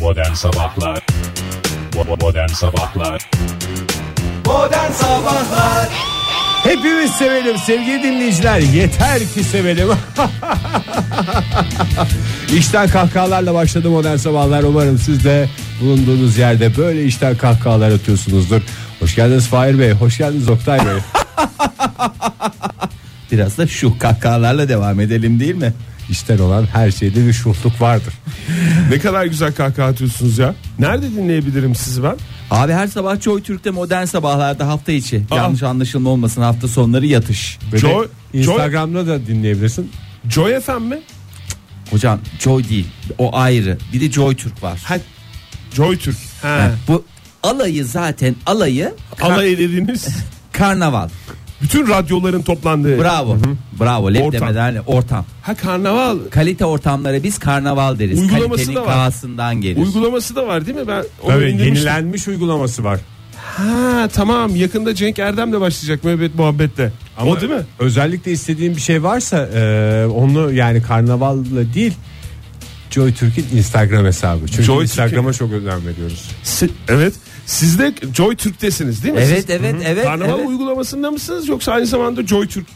Modern Sabahlar Bo- Modern Sabahlar Modern Sabahlar Hepimiz sevelim sevgili dinleyiciler. Yeter ki sevelim. işten kahkahalarla başladı modern sabahlar. Umarım siz de bulunduğunuz yerde böyle işten kahkahalar atıyorsunuzdur. Hoş geldiniz Fahir Bey. Hoş geldiniz Oktay Bey. Biraz da şu kahkahalarla devam edelim değil mi? İşten olan her şeyde bir şuhluk vardır. Ne kadar güzel kahkaha atıyorsunuz ya. Nerede dinleyebilirim sizi ben? Abi her sabah Joy Türk'te modern sabahlarda hafta içi. Aa. Yanlış anlaşılma olmasın hafta sonları yatış. Ve de Joy- Instagram'da da dinleyebilirsin. Joy FM mi? Hocam Joy değil o ayrı. Bir de Joy Türk var. Ha, Joy Türk. Ha. Ha, Bu alayı zaten alayı kar- Alay dediğiniz karnaval. bütün radyoların toplandığı. Bravo. Bravo. Lep Ortam. demeden ortam. ha karnaval. Kalite ortalamlara biz karnaval deriz. Uygulaması Kalitenin da var. kahasından gelir. Uygulaması da var değil mi? Ben onu Tabii indirmiştim. yenilenmiş uygulaması var. Ha tamam yakında Cenk Erdem de başlayacak müebbet muhabbetle. o değil mi? Özellikle istediğin bir şey varsa e, onu yani karnavalla değil Joy Türk'ün Instagram hesabı. Çünkü Joy Instagram'a çok önem veriyoruz. Si- evet. Siz de Joy Türk'tesiniz değil mi? Evet Siz- evet evet. Karnaval evet. uygulamasında mısınız yoksa aynı zamanda Joy Türk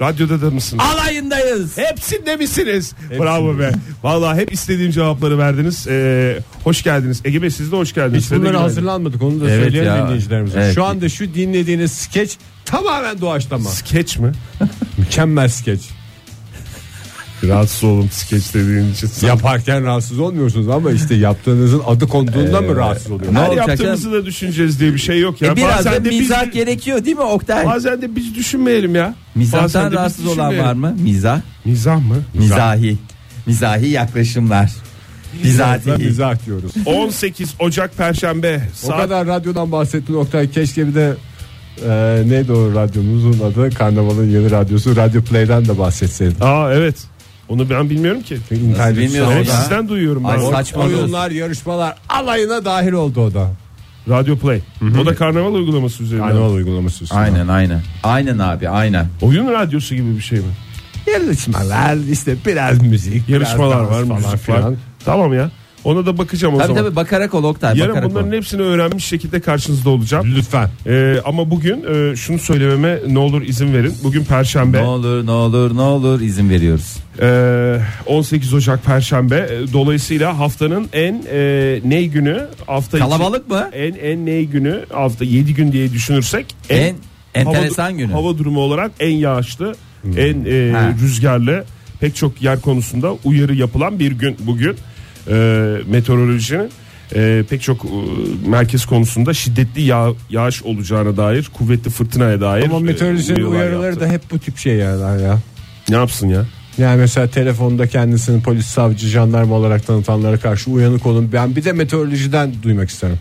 radyoda da mısınız? Alayındayız. Hepsinde misiniz? Bravo be. Vallahi hep istediğim cevapları verdiniz. Ee, hoş geldiniz. Ege Bey siz de hoş geldiniz. Hiç Size de bunlara günaydın. hazırlanmadık onu da Evet söyleyelim ya. dinleyicilerimize. Evet. Şu anda şu dinlediğiniz skeç tamamen doğaçlama. Skeç mi? Mükemmel skeç. Rahatsız oldum skeç dediğin için. Yaparken rahatsız olmuyorsunuz ama işte yaptığınızın adı konduğundan mı rahatsız Ne oluyorsunuz? Her olacak yaptığımızı da düşüneceğiz diye bir şey yok ya. E biraz da bazen de biz, mizah gerekiyor değil mi Oktay? bazen de biz düşünmeyelim ya. Bazen de Mizahtan biz rahatsız olan düşünmeyelim. var mı? Mizah. Mizah mı? Mizahi. Mizahi yaklaşımlar. Bizatihi. Mizah diyoruz. 18 Ocak Perşembe O saat kadar radyodan bahsettin Oktay keşke bir de e, neydi o radyomuzun adı Karnaval'ın yeni radyosu Radyo Play'den de bahsetseydin. Aa evet. Onu ben bilmiyorum ki. İnternet bilmiyorsun Evet, O da- sizden duyuyorum ben. Ay, O- saçmalıyorsun. Oyunlar yarışmalar alayına dahil oldu o da. Radyo Play. O da karnaval uygulaması üzerinden. Karnaval uygulaması üstüne. Aynen aynen. Aynen abi aynen. Oyun radyosu gibi bir şey mi? Yarışmalar işte biraz müzik. Yarışmalar biraz dans var, müzik var. Tamam ya. Ona da bakacağım o Tabii zaman. tabii bakarak ol Oktay Yarın bakarak bunların ol. hepsini öğrenmiş şekilde karşınızda olacağım. Lütfen. Ee, ama bugün e, şunu söylememe ne olur izin verin. Bugün Perşembe. Ne olur ne olur ne olur izin veriyoruz. Ee, 18 Ocak Perşembe. Ee, Dolayısıyla haftanın en e, ney günü? Hafta içi- Kalabalık mı? En en ney günü? Hafta 7 gün diye düşünürsek. En enteresan hava, günü. Hava durumu olarak en yağışlı, Hmm. en e, Ha. rüzgarlı pek çok yer konusunda uyarı yapılan bir gün bugün. E, meteorolojinin e, pek çok e, merkez konusunda şiddetli yağ, yağış olacağına dair, kuvvetli fırtınaya dair. Ama e, meteorolojinin uyarılar uyarıları yaptı. da hep bu tip şey yani ya. Ne yapsın ya? Yani mesela telefonda kendisini polis, savcı, jandarma olarak tanıtanlara karşı uyanık olun. Ben bir de meteorolojiden duymak isterim.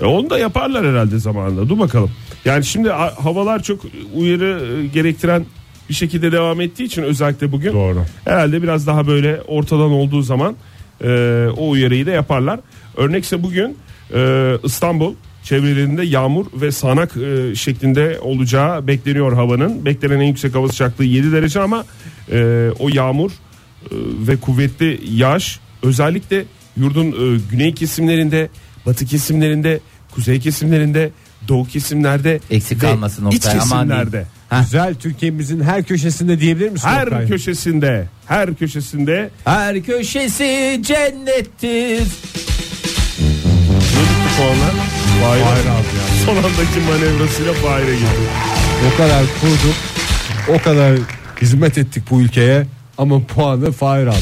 E, onu da yaparlar herhalde zamanında. Dur bakalım. Yani şimdi a- havalar çok uyarı e, gerektiren bir şekilde devam ettiği için özellikle bugün. Doğru. Herhalde biraz daha böyle ortadan olduğu zaman e, o uyarıyı da yaparlar. Örnekse bugün e, İstanbul çevrelerinde yağmur ve sanak e, şeklinde olacağı bekleniyor havanın. Beklenen en yüksek hava sıcaklığı 7 derece ama e, o yağmur e, ve kuvvetli yağış özellikle yurdun e, güney kesimlerinde, batı kesimlerinde, kuzey kesimlerinde, doğu kesimlerde Eksik ve kalmasın iç Oktay, aman diyeyim. kesimlerde. Ha. Güzel Türkiye'mizin her köşesinde diyebilir misin? Her Oktay? köşesinde, her köşesinde Her köşesi cennettir. Ne bitti puanlar? Fahir abi Son andaki manevrasıyla Fahir'e gitti. O kadar kurduk, o kadar hizmet ettik bu ülkeye ama puanı Fahir aldı.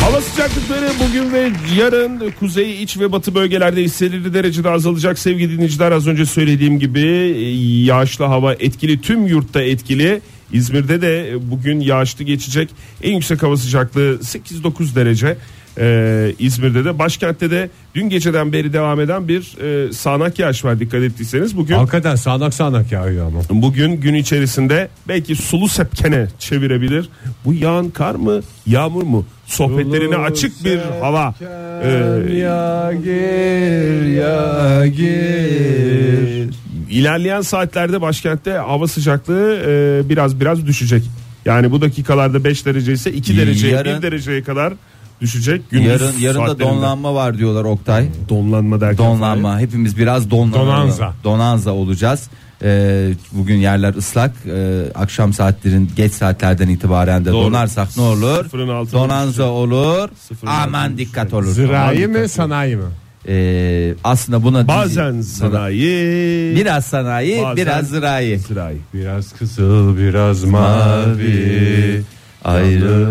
Hava sıcaklıkları bugün ve yarın kuzey, iç ve batı bölgelerde hissedildiği derecede azalacak sevgili dinleyiciler. Az önce söylediğim gibi e, yağışlı hava etkili tüm yurtta etkili. İzmir'de de e, bugün yağışlı geçecek. En yüksek hava sıcaklığı 8-9 derece. Ee, İzmir'de de başkentte de dün geceden beri devam eden bir e, sağanak yağış var dikkat ettiyseniz. Bugün Hakikaten sağanak sağanak yağıyor ama. Bugün gün içerisinde belki sulu sepkene çevirebilir. Bu yağan kar mı yağmur mu? Sohbetlerine Sulu açık bir hava. Ee, ya gir ya gir. İlerleyen saatlerde başkentte hava sıcaklığı e, biraz biraz düşecek. Yani bu dakikalarda 5 derece ise 2 derece, Yarın- 1 dereceye kadar düşecek. Gündüz Yarın yarın da saatlerinde. donlanma var diyorlar Oktay. Donlanma derken. Donlanma. Hepimiz biraz donlanalım. Donanza. Donanza olacağız. Ee, bugün yerler ıslak. Ee, akşam saatlerin geç saatlerden itibaren de Doğru. donarsak ne olur? Sıfırın altına Donanza olur. Sıfırın altına Aman dikkat olur. Zirahi Aman mi dikkat olur. sanayi mi? Ee, aslında buna Bazen sanayi. biraz sanayi, Bazen- biraz zirai. sanayi. Biraz kızıl biraz mavi ayrı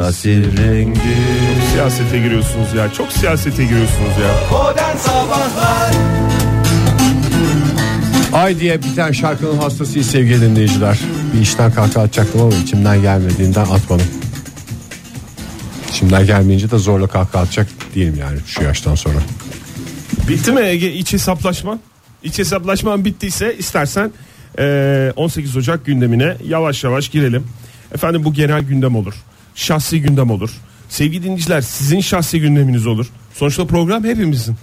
nasip rengi. Siyasete giriyorsunuz ya. Çok siyasete giriyorsunuz ya. Ay diye biten şarkının hastasıyız sevgili dinleyiciler Bir işten kahkaha atacaktım ama içimden gelmediğinden atmadım İçimden gelmeyince de zorla kahkaha atacak değilim yani şu yaştan sonra Bitti mi Ege iç hesaplaşma? İç hesaplaşman bittiyse istersen eee, 18 Ocak gündemine yavaş yavaş girelim. Efendim bu genel gündem olur. Şahsi gündem olur. Sevgili dinleyiciler sizin şahsi gündeminiz olur. Sonuçta program hepimizin.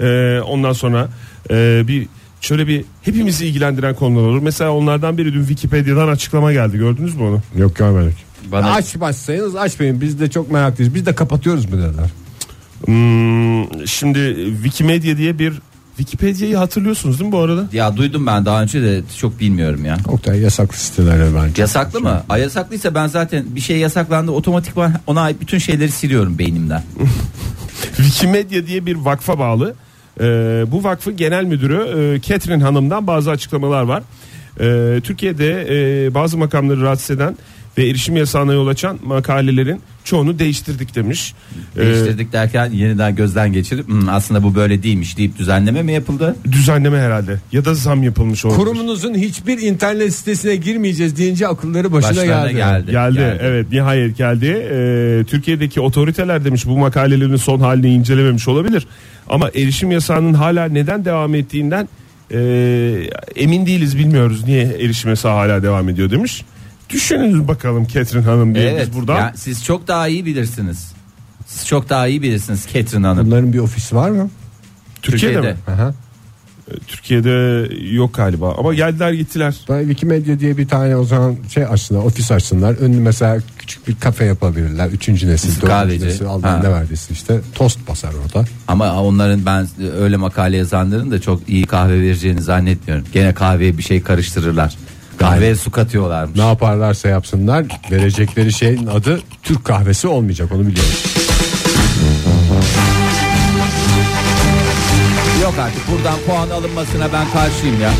Eee, ondan sonra eee, bir şöyle bir hepimizi ilgilendiren konular olur. Mesela onlardan biri dün Wikipedia'dan açıklama geldi. Gördünüz mü onu? Yok görmedik Bana- Açmazsanız açmayın biz de çok meraklıyız biz de kapatıyoruz bu dediler Hmm, şimdi Wikimedia diye bir Wikipedia'yı hatırlıyorsunuz değil mi bu arada? Ya duydum ben daha önce de çok bilmiyorum ya. Oktay yasaklı sitelere bence Yasaklı mı? Ay yasaklıysa ben zaten bir şey yasaklandı otomatikman ona ait bütün şeyleri siliyorum beynimden. Wikimedia diye bir vakfa bağlı. Ee, bu vakfın genel müdürü e, Catherine Hanım'dan bazı açıklamalar var. Ee, Türkiye'de e, bazı makamları rahatsız eden ve erişim yasağına yol açan makalelerin çoğunu değiştirdik demiş. Ee, Değiştirdik derken yeniden gözden geçirip "Hmm, aslında bu böyle değilmiş deyip düzenleme mi yapıldı? düzenleme herhalde ya da zam yapılmış olabilir. Kurumunuzun hiçbir internet sitesine girmeyeceğiz deyince akılları başına Başlarına geldi. geldi. Geldi, evet nihayet geldi. Ee, Türkiye'deki otoriteler demiş bu makalelerin son halini incelememiş olabilir. Ama erişim yasağının hala neden devam ettiğinden e, emin değiliz bilmiyoruz niye erişim yasağı hala devam ediyor demiş. Düşünün bakalım Catherine Hanım diye Evet, biz buradan. ya siz çok daha iyi bilirsiniz. Siz çok daha iyi bilirsiniz Ketrin Hanım. Bunların bir ofisi var mı? Türkiye'de, mi? Aha. Türkiye'de yok galiba ama geldiler gittiler. Ben Wikimedia diye bir tane o zaman şey açsınlar, ofis açsınlar. Önlü mesela küçük bir kafe yapabilirler. Üçüncü nesil, dördüncü Kahveci. nesil. Allah Ha. ne verdiyse işte tost basar orada. Ama onların ben e, öyle makale yazanların da çok iyi kahve vereceğini zannetmiyorum. Gene kahveye bir şey karıştırırlar. Kahveye su katıyorlarmış. Ne yaparlarsa yapsınlar verecekleri şeyin adı Türk kahvesi olmayacak onu biliyoruz. Yok artık buradan puan alınmasına ben karşıyım ya.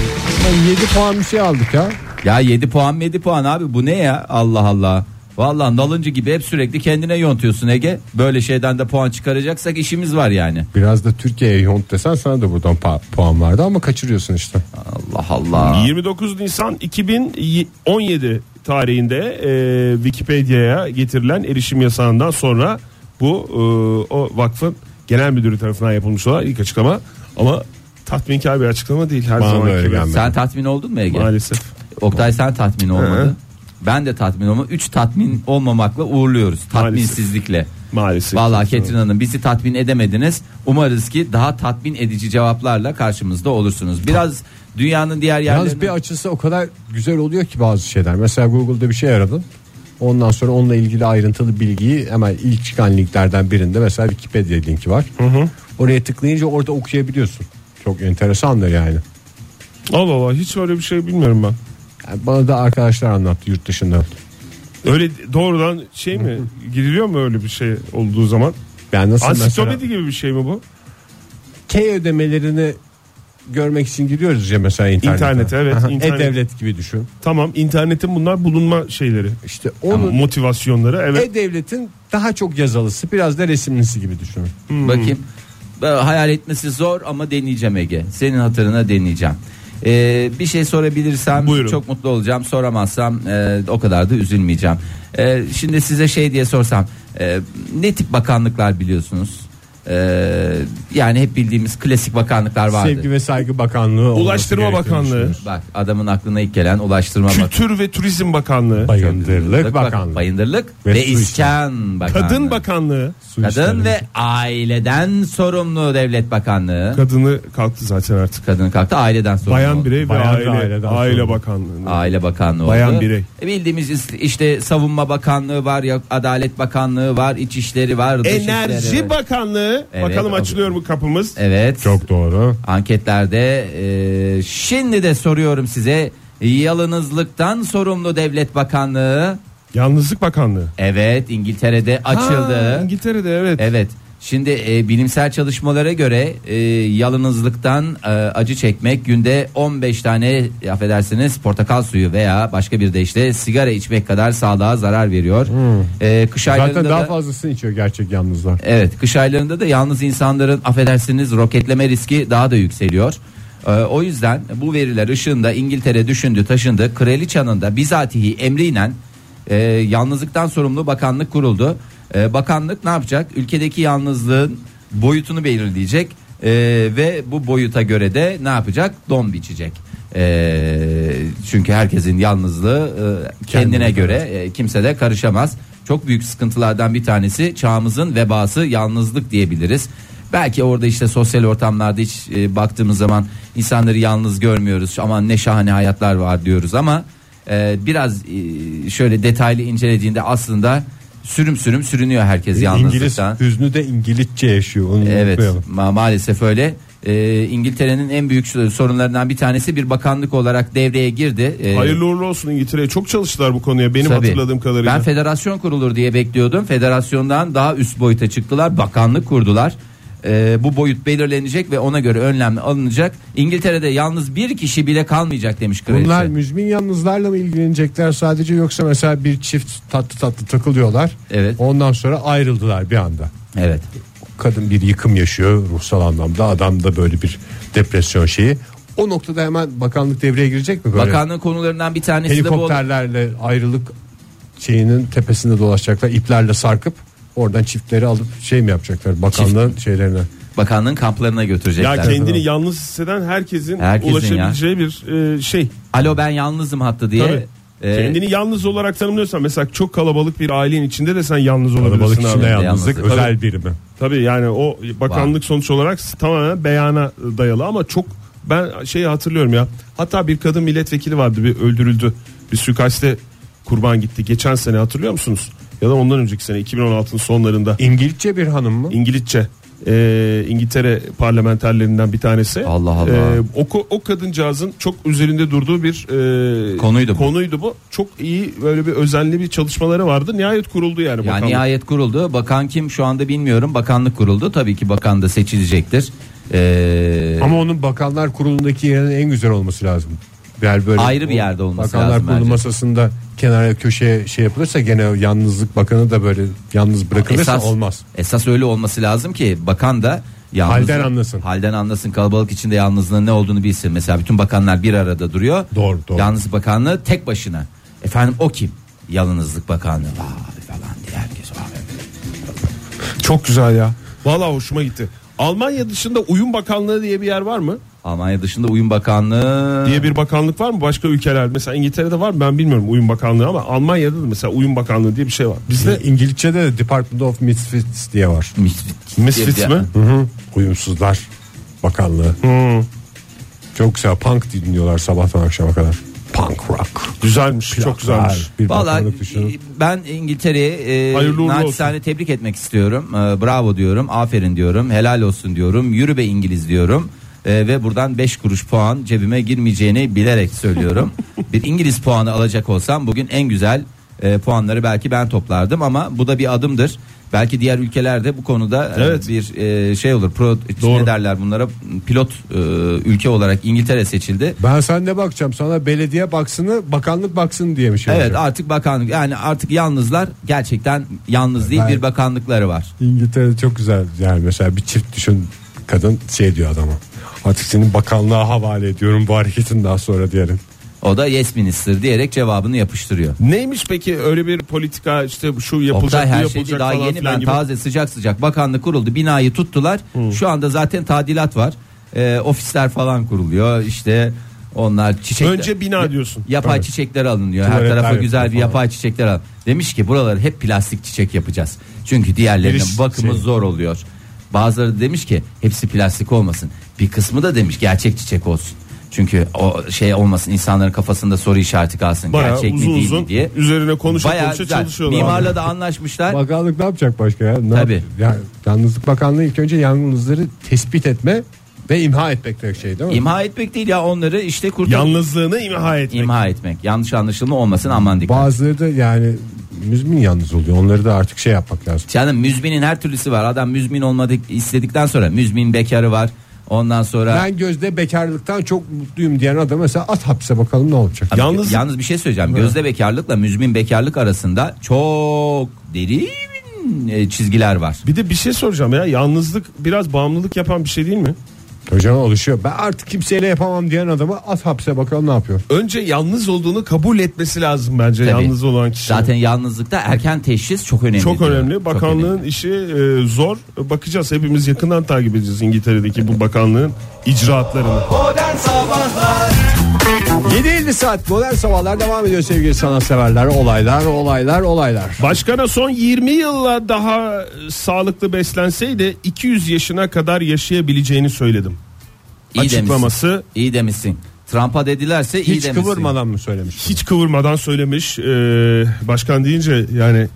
Yani 7 puan bir şey aldık ya. Ya 7 puan 7 puan abi bu ne ya Allah Allah. Vallahi nalıncı gibi hep sürekli kendine yontuyorsun Ege. Böyle şeyden de puan çıkaracaksak işimiz var yani. Biraz da Türkiye'ye yont desen sana da buradan pa- puan vardı ama kaçırıyorsun işte. Allah Allah. 29 Nisan 2017 tarihinde e, Wikipedia'ya getirilen erişim yasağından sonra bu e, o vakfın genel müdürü tarafından yapılmış olan ilk açıklama ama tatminkar bir açıklama değil her Bana da zaman öyle gelmedi. Sen tatmin oldun mu Ege? maalesef. Oktay sen tatmin olmadı. Hı. Ben de tatmin olmadım. 3 tatmin olmamakla uğurluyoruz. Tatminsizlikle. Maalesef. Vallahi Ketrin Hanım bizi tatmin edemediniz. Umarız ki daha tatmin edici cevaplarla karşımızda olursunuz. Biraz dünyanın diğer Yalnız yerlerine bir açısı o kadar güzel oluyor ki bazı şeyler. Mesela Google'da bir şey aradın. Ondan sonra onunla ilgili ayrıntılı bilgiyi hemen ilk çıkan linklerden birinde mesela Wikipedia linki var. Oraya tıklayınca orada okuyabiliyorsun. Çok enteresan da yani. Allah Allah hiç öyle bir şey bilmiyorum ben. Yani Bana da arkadaşlar anlattı yurt dışında. Öyle doğrudan şey mi giriliyor mu öyle bir şey olduğu zaman? Yani nasıl mesela Ansiklopedi gibi bir şey mi bu? K ödemelerini görmek için giriyoruz ya mesela internete. İnternete, evet, Aha, internet. E-Devlet gibi düşün. Tamam internetin bunlar bulunma şeyleri. İşte onun Motivasyonları evet. E-Devlet'in daha çok yazılısı biraz da resimlisi gibi düşün. bakayım. Ee, Hayal etmesi zor ama deneyeceğim Ege. Senin hatırına deneyeceğim. Ee, bir şey sorabilirsem Buyurun. çok mutlu olacağım. Soramazsam e, o kadar da üzülmeyeceğim. Ee, şimdi size şey diye sorsam e, ne tip bakanlıklar biliyorsunuz? Ee, yani hep bildiğimiz klasik bakanlıklar vardı. Sevgi ve Saygı Bakanlığı olması Ulaştırma gerektiğini Bakanlığı, düşünüyorum. Bak adamın aklına ilk gelen Ulaştırma Bakanlığı. Kültür ve Turizm Bakanlığı, Bayındırlık Bak- Bakanlığı. Bayındırlık Ve ve, Su İskan Bakanlığı. Kadın Bakanlığı. Su Kadın işleri. ve aileden sorumlu devlet bakanlığı. Kadını kalktı zaten artık. Kadın kalktı aileden sorumlu. Bayan birey ve Bayan ve aile aile, aileden sorumlu. bakanlığı. Aile Bakanlığı Bayan oldu. birey. E bildiğimiz is- işte Savunma Bakanlığı var, ya Adalet Bakanlığı var, İçişleri var, Dışişleri Enerji var. Bakanlığı. Evet, Bakalım abi. açılıyor mu kapımız? Evet. Çok doğru. Anketlerde e, şimdi de soruyorum size yalınızlıktan sorumlu devlet bakanlığı Yalnızlık Bakanlığı. evet İngiltere'de açıldı. Ha, İngiltere'de evet. Evet. Şimdi e, bilimsel çalışmalara göre e, yalnızlıktan e, acı çekmek günde 15 tane e, affedersiniz portakal suyu veya başka bir de işte sigara içmek kadar sağlığa zarar veriyor. E, kış aylarında Hmm. Zaten daha da, fazlasını içiyor gerçek yalnızlar. Evet kış aylarında da yalnız insanların affedersiniz roketleme riski daha da yükseliyor. E, o yüzden bu veriler ışığında İngiltere düşündü taşındı. Kraliçanın da bizatihi emriyle e, yalnızlıktan sorumlu bakanlık kuruldu. E, bakanlık ne yapacak? Ülkedeki yalnızlığın boyutunu belirleyecek e, ve bu boyuta göre de ne yapacak? Don biçecek. E, çünkü herkesin yalnızlığı e, kendine göre e, kimse de karışamaz. Çok büyük sıkıntılardan bir tanesi çağımızın vebası yalnızlık diyebiliriz. Belki orada işte sosyal ortamlarda hiç e, baktığımız zaman insanları yalnız görmüyoruz. Aman ne şahane hayatlar var diyoruz ama e, biraz e, şöyle detaylı incelediğinde aslında sürüm sürüm sürünüyor herkes İngiliz yalnızlıktan. hüznü de İngilizce yaşıyor. Onu Evet unutmayalım. ma- maalesef öyle. E, İngiltere'nin en büyük sorunlarından bir tanesi bir bakanlık olarak devreye girdi. E, Hayırlı uğurlu olsun İngiltere'ye. Çok çalıştılar bu konuya benim Tabii. hatırladığım kadarıyla. Ben federasyon kurulur diye bekliyordum. Federasyondan daha üst boyuta çıktılar. Bakanlık kurdular. Ee, bu boyut belirlenecek ve ona göre önlem alınacak. İngiltere'de yalnız bir kişi bile kalmayacak demiş kraliçe. Bunlar müzmin yalnızlarla mı ilgilenecekler sadece yoksa mesela bir çift tatlı tatlı takılıyorlar. Evet. Ondan sonra ayrıldılar bir anda. Evet. Kadın bir yıkım yaşıyor ruhsal anlamda. Adam da böyle bir depresyon şeyi. O noktada hemen bakanlık devreye girecek mi böyle? Bakanlığın konularından bir tanesi de bu. Helikopterlerle ayrılık şeyinin tepesinde dolaşacaklar. iplerle sarkıp oradan çiftleri alıp şey mi yapacaklar bakanlığın şeylerine. Bakanlığın kamplarına götürecekler. ya kendini yalnız hisseden herkesin, Herkesin ulaşabileceği bir e, şey. Alo ben yalnızım hattı diye. Tabii. e, Kendini yalnız olarak tanımlıyorsan mesela çok kalabalık bir ailenin içinde de sen yalnız Kalabalık olabilirsin abi. içinde yalnızlık yalnızlık. özel birimi. Tabii yani o bakanlık sonuç olarak tamamen beyana dayalı ama çok ben şeyi hatırlıyorum ya. Hatta bir kadın milletvekili vardı bir öldürüldü. Bir suikaste kurban gitti. Geçen sene hatırlıyor musunuz? Ya da ondan önceki sene 2016'nın sonlarında İngilizce bir hanım mı? İngilizce e, İngiltere parlamenterlerinden bir tanesi. Allah Allah. E, o, ko- o kadıncağızın çok üzerinde durduğu bir e, Konuydu bu. konuydu bu. Çok iyi böyle bir özenli bir çalışmaları vardı. Nihayet kuruldu yani. Yani bakanlık. nihayet kuruldu. Bakan kim şu anda bilmiyorum. Bakanlık kuruldu. Tabii ki bakan da seçilecektir. Ee, Ama onun Bakanlar Kurulu'ndaki yerin en güzel olması lazım. Yani böyle Ayrı bir o yerde olması Bakanlar lazım Kurulu bence. masasında kenara köşeye şey yapılırsa gene o yalnızlık bakanı da böyle yalnız bırakılırsa olmaz. Esas öyle olması lazım ki bakan da yalnız, Halden anlasın. Halden anlasın kalabalık içinde yalnızlığın ne olduğunu bilsin. Mesela bütün bakanlar bir arada duruyor. Doğru, doğru. Yalnız bakanlığı tek başına. Efendim o kim? Yalnızlık bakanlığı. Abi falan diye herkes. Abi. Çok güzel ya. Valla hoşuma gitti. Almanya dışında uyum bakanlığı diye bir yer var mı? Almanya dışında uyum bakanlığı. Diye bir bakanlık var mı? Başka ülkeler mesela İngiltere'de var mı? Ben bilmiyorum uyum bakanlığı ama Almanya'da da mesela uyum bakanlığı diye bir şey var. Bizde Bizde İngilizce'de de Department of Misfits diye var. Misfit, Misfits diye- mi? Hı hı. Uyumsuzlar Bakanlığı. Çok güzel punk dinliyorlar sabahtan akşama kadar. Punk rock. Güzelmiş. çok güzelmiş. Bir Valla bakanlık düşünün. e, ben İngiltere'yi e, Hayırlı uğurlu naçizane tebrik etmek istiyorum. E, bravo diyorum, aferin diyorum, helal olsun diyorum, yürü be İngiliz diyorum. E, ve buradan 5 kuruş puan cebime girmeyeceğini bilerek söylüyorum. bir İngiliz puanı alacak olsam bugün en güzel e, puanları belki ben toplardım ama bu da bir adımdır. Belki diğer ülkelerde bu konuda e, Evet. bir e, şey olur. Pro, Doğru. ne derler bunlara? Pilot e, ülke olarak İngiltere seçildi. Ben sen ne bakacağım sana belediye baksını bakanlık baksın diye bir şey Evet olacak. artık bakanlık yani artık yalnızlar gerçekten yalnız değil Ben- bir bakanlıkları var. İngiltere'de çok güzel yani mesela bir çift düşün kadın şey diyor adama artık senin bakanlığa havale ediyorum bu hareketin daha sonra diyelim. O da yes minister diyerek cevabını yapıştırıyor. Neymiş peki öyle bir politika işte şu yapılacak Oktay bu her şey yapılacak daha falan yeni filan ben gibi. Hmm. taze sıcak sıcak bakanlık kuruldu binayı tuttular. Şu anda zaten tadilat var. Ee, ofisler falan kuruluyor işte onlar çiçekler. Önce bina diyorsun. Yapay çiçekler alınıyor. Her Tuvaletler tarafa güzel bir yapıyor yapay çiçekler al. Demiş ki buraları hep plastik çiçek yapacağız. Çünkü diğerlerinin Giriş bakımı şey. zor oluyor. Bazıları demiş ki hepsi plastik olmasın. Bir kısmı da demiş gerçek çiçek olsun. Çünkü o şey olmasın insanların kafasında soru işareti kalsın Bayağı gerçek uzun mi değil uzun mi diye. üzerine konuşa Bayağı konuşa güzel. çalışıyorlar. Mimarla da anlaşmışlar. Bakanlık ne yapacak başka ya? Ne Tabii. yap- Ya, yalnızlık Bakanlığı ilk önce yangınları tespit etme ve imha etmek de şey değil mi? İmha etmek değil ya onları işte kurtar. Yalnızlığını imha etmek. İmha etmek. Yanlış anlaşılma olmasın aman dikkat. Bazıları da yani müzmin yalnız oluyor. Onları da artık şey yapmak lazım. Canım müzminin her türlüsü var. Adam müzmin olmadık istedikten sonra müzmin bekarı var. Ondan sonra Ben gözde bekarlıktan çok mutluyum diyen adam mesela at hapse bakalım ne olacak. Abi, Yalnız- yalnız bir şey söyleyeceğim. Gözde bekarlıkla müzmin bekarlık arasında çok derin e, çizgiler var. Bir de bir şey soracağım ya yalnızlık biraz bağımlılık yapan bir şey değil mi? Hocam alışıyor. Ben artık kimseyle yapamam diyen adama at hapse bakalım ne yapıyor. Önce yalnız olduğunu kabul etmesi lazım bence Tabii. yalnız olan kişi. Zaten yalnızlıkta erken teşhis çok önemli. çok diyor. önemli. Çok Bakanlığın önemli. işi e, zor. Bakacağız hepimiz yakından takip edeceğiz İngiltere'deki bu bakanlığın icraatlarını. 7.50 saat modern sabahlar devam ediyor sevgili sanatseverler. Olaylar olaylar olaylar. Başkana son 20 yılla daha sağlıklı beslenseydi 200 yaşına kadar yaşayabileceğini söyledim. İyi demişsin. Açıklaması İyi demişsin. Trump'a dedilerse iyi Hiç demişsin. kıvırmadan mı söylemiş? hiç kıvırmadan söylemiş. Ee, başkan deyince yani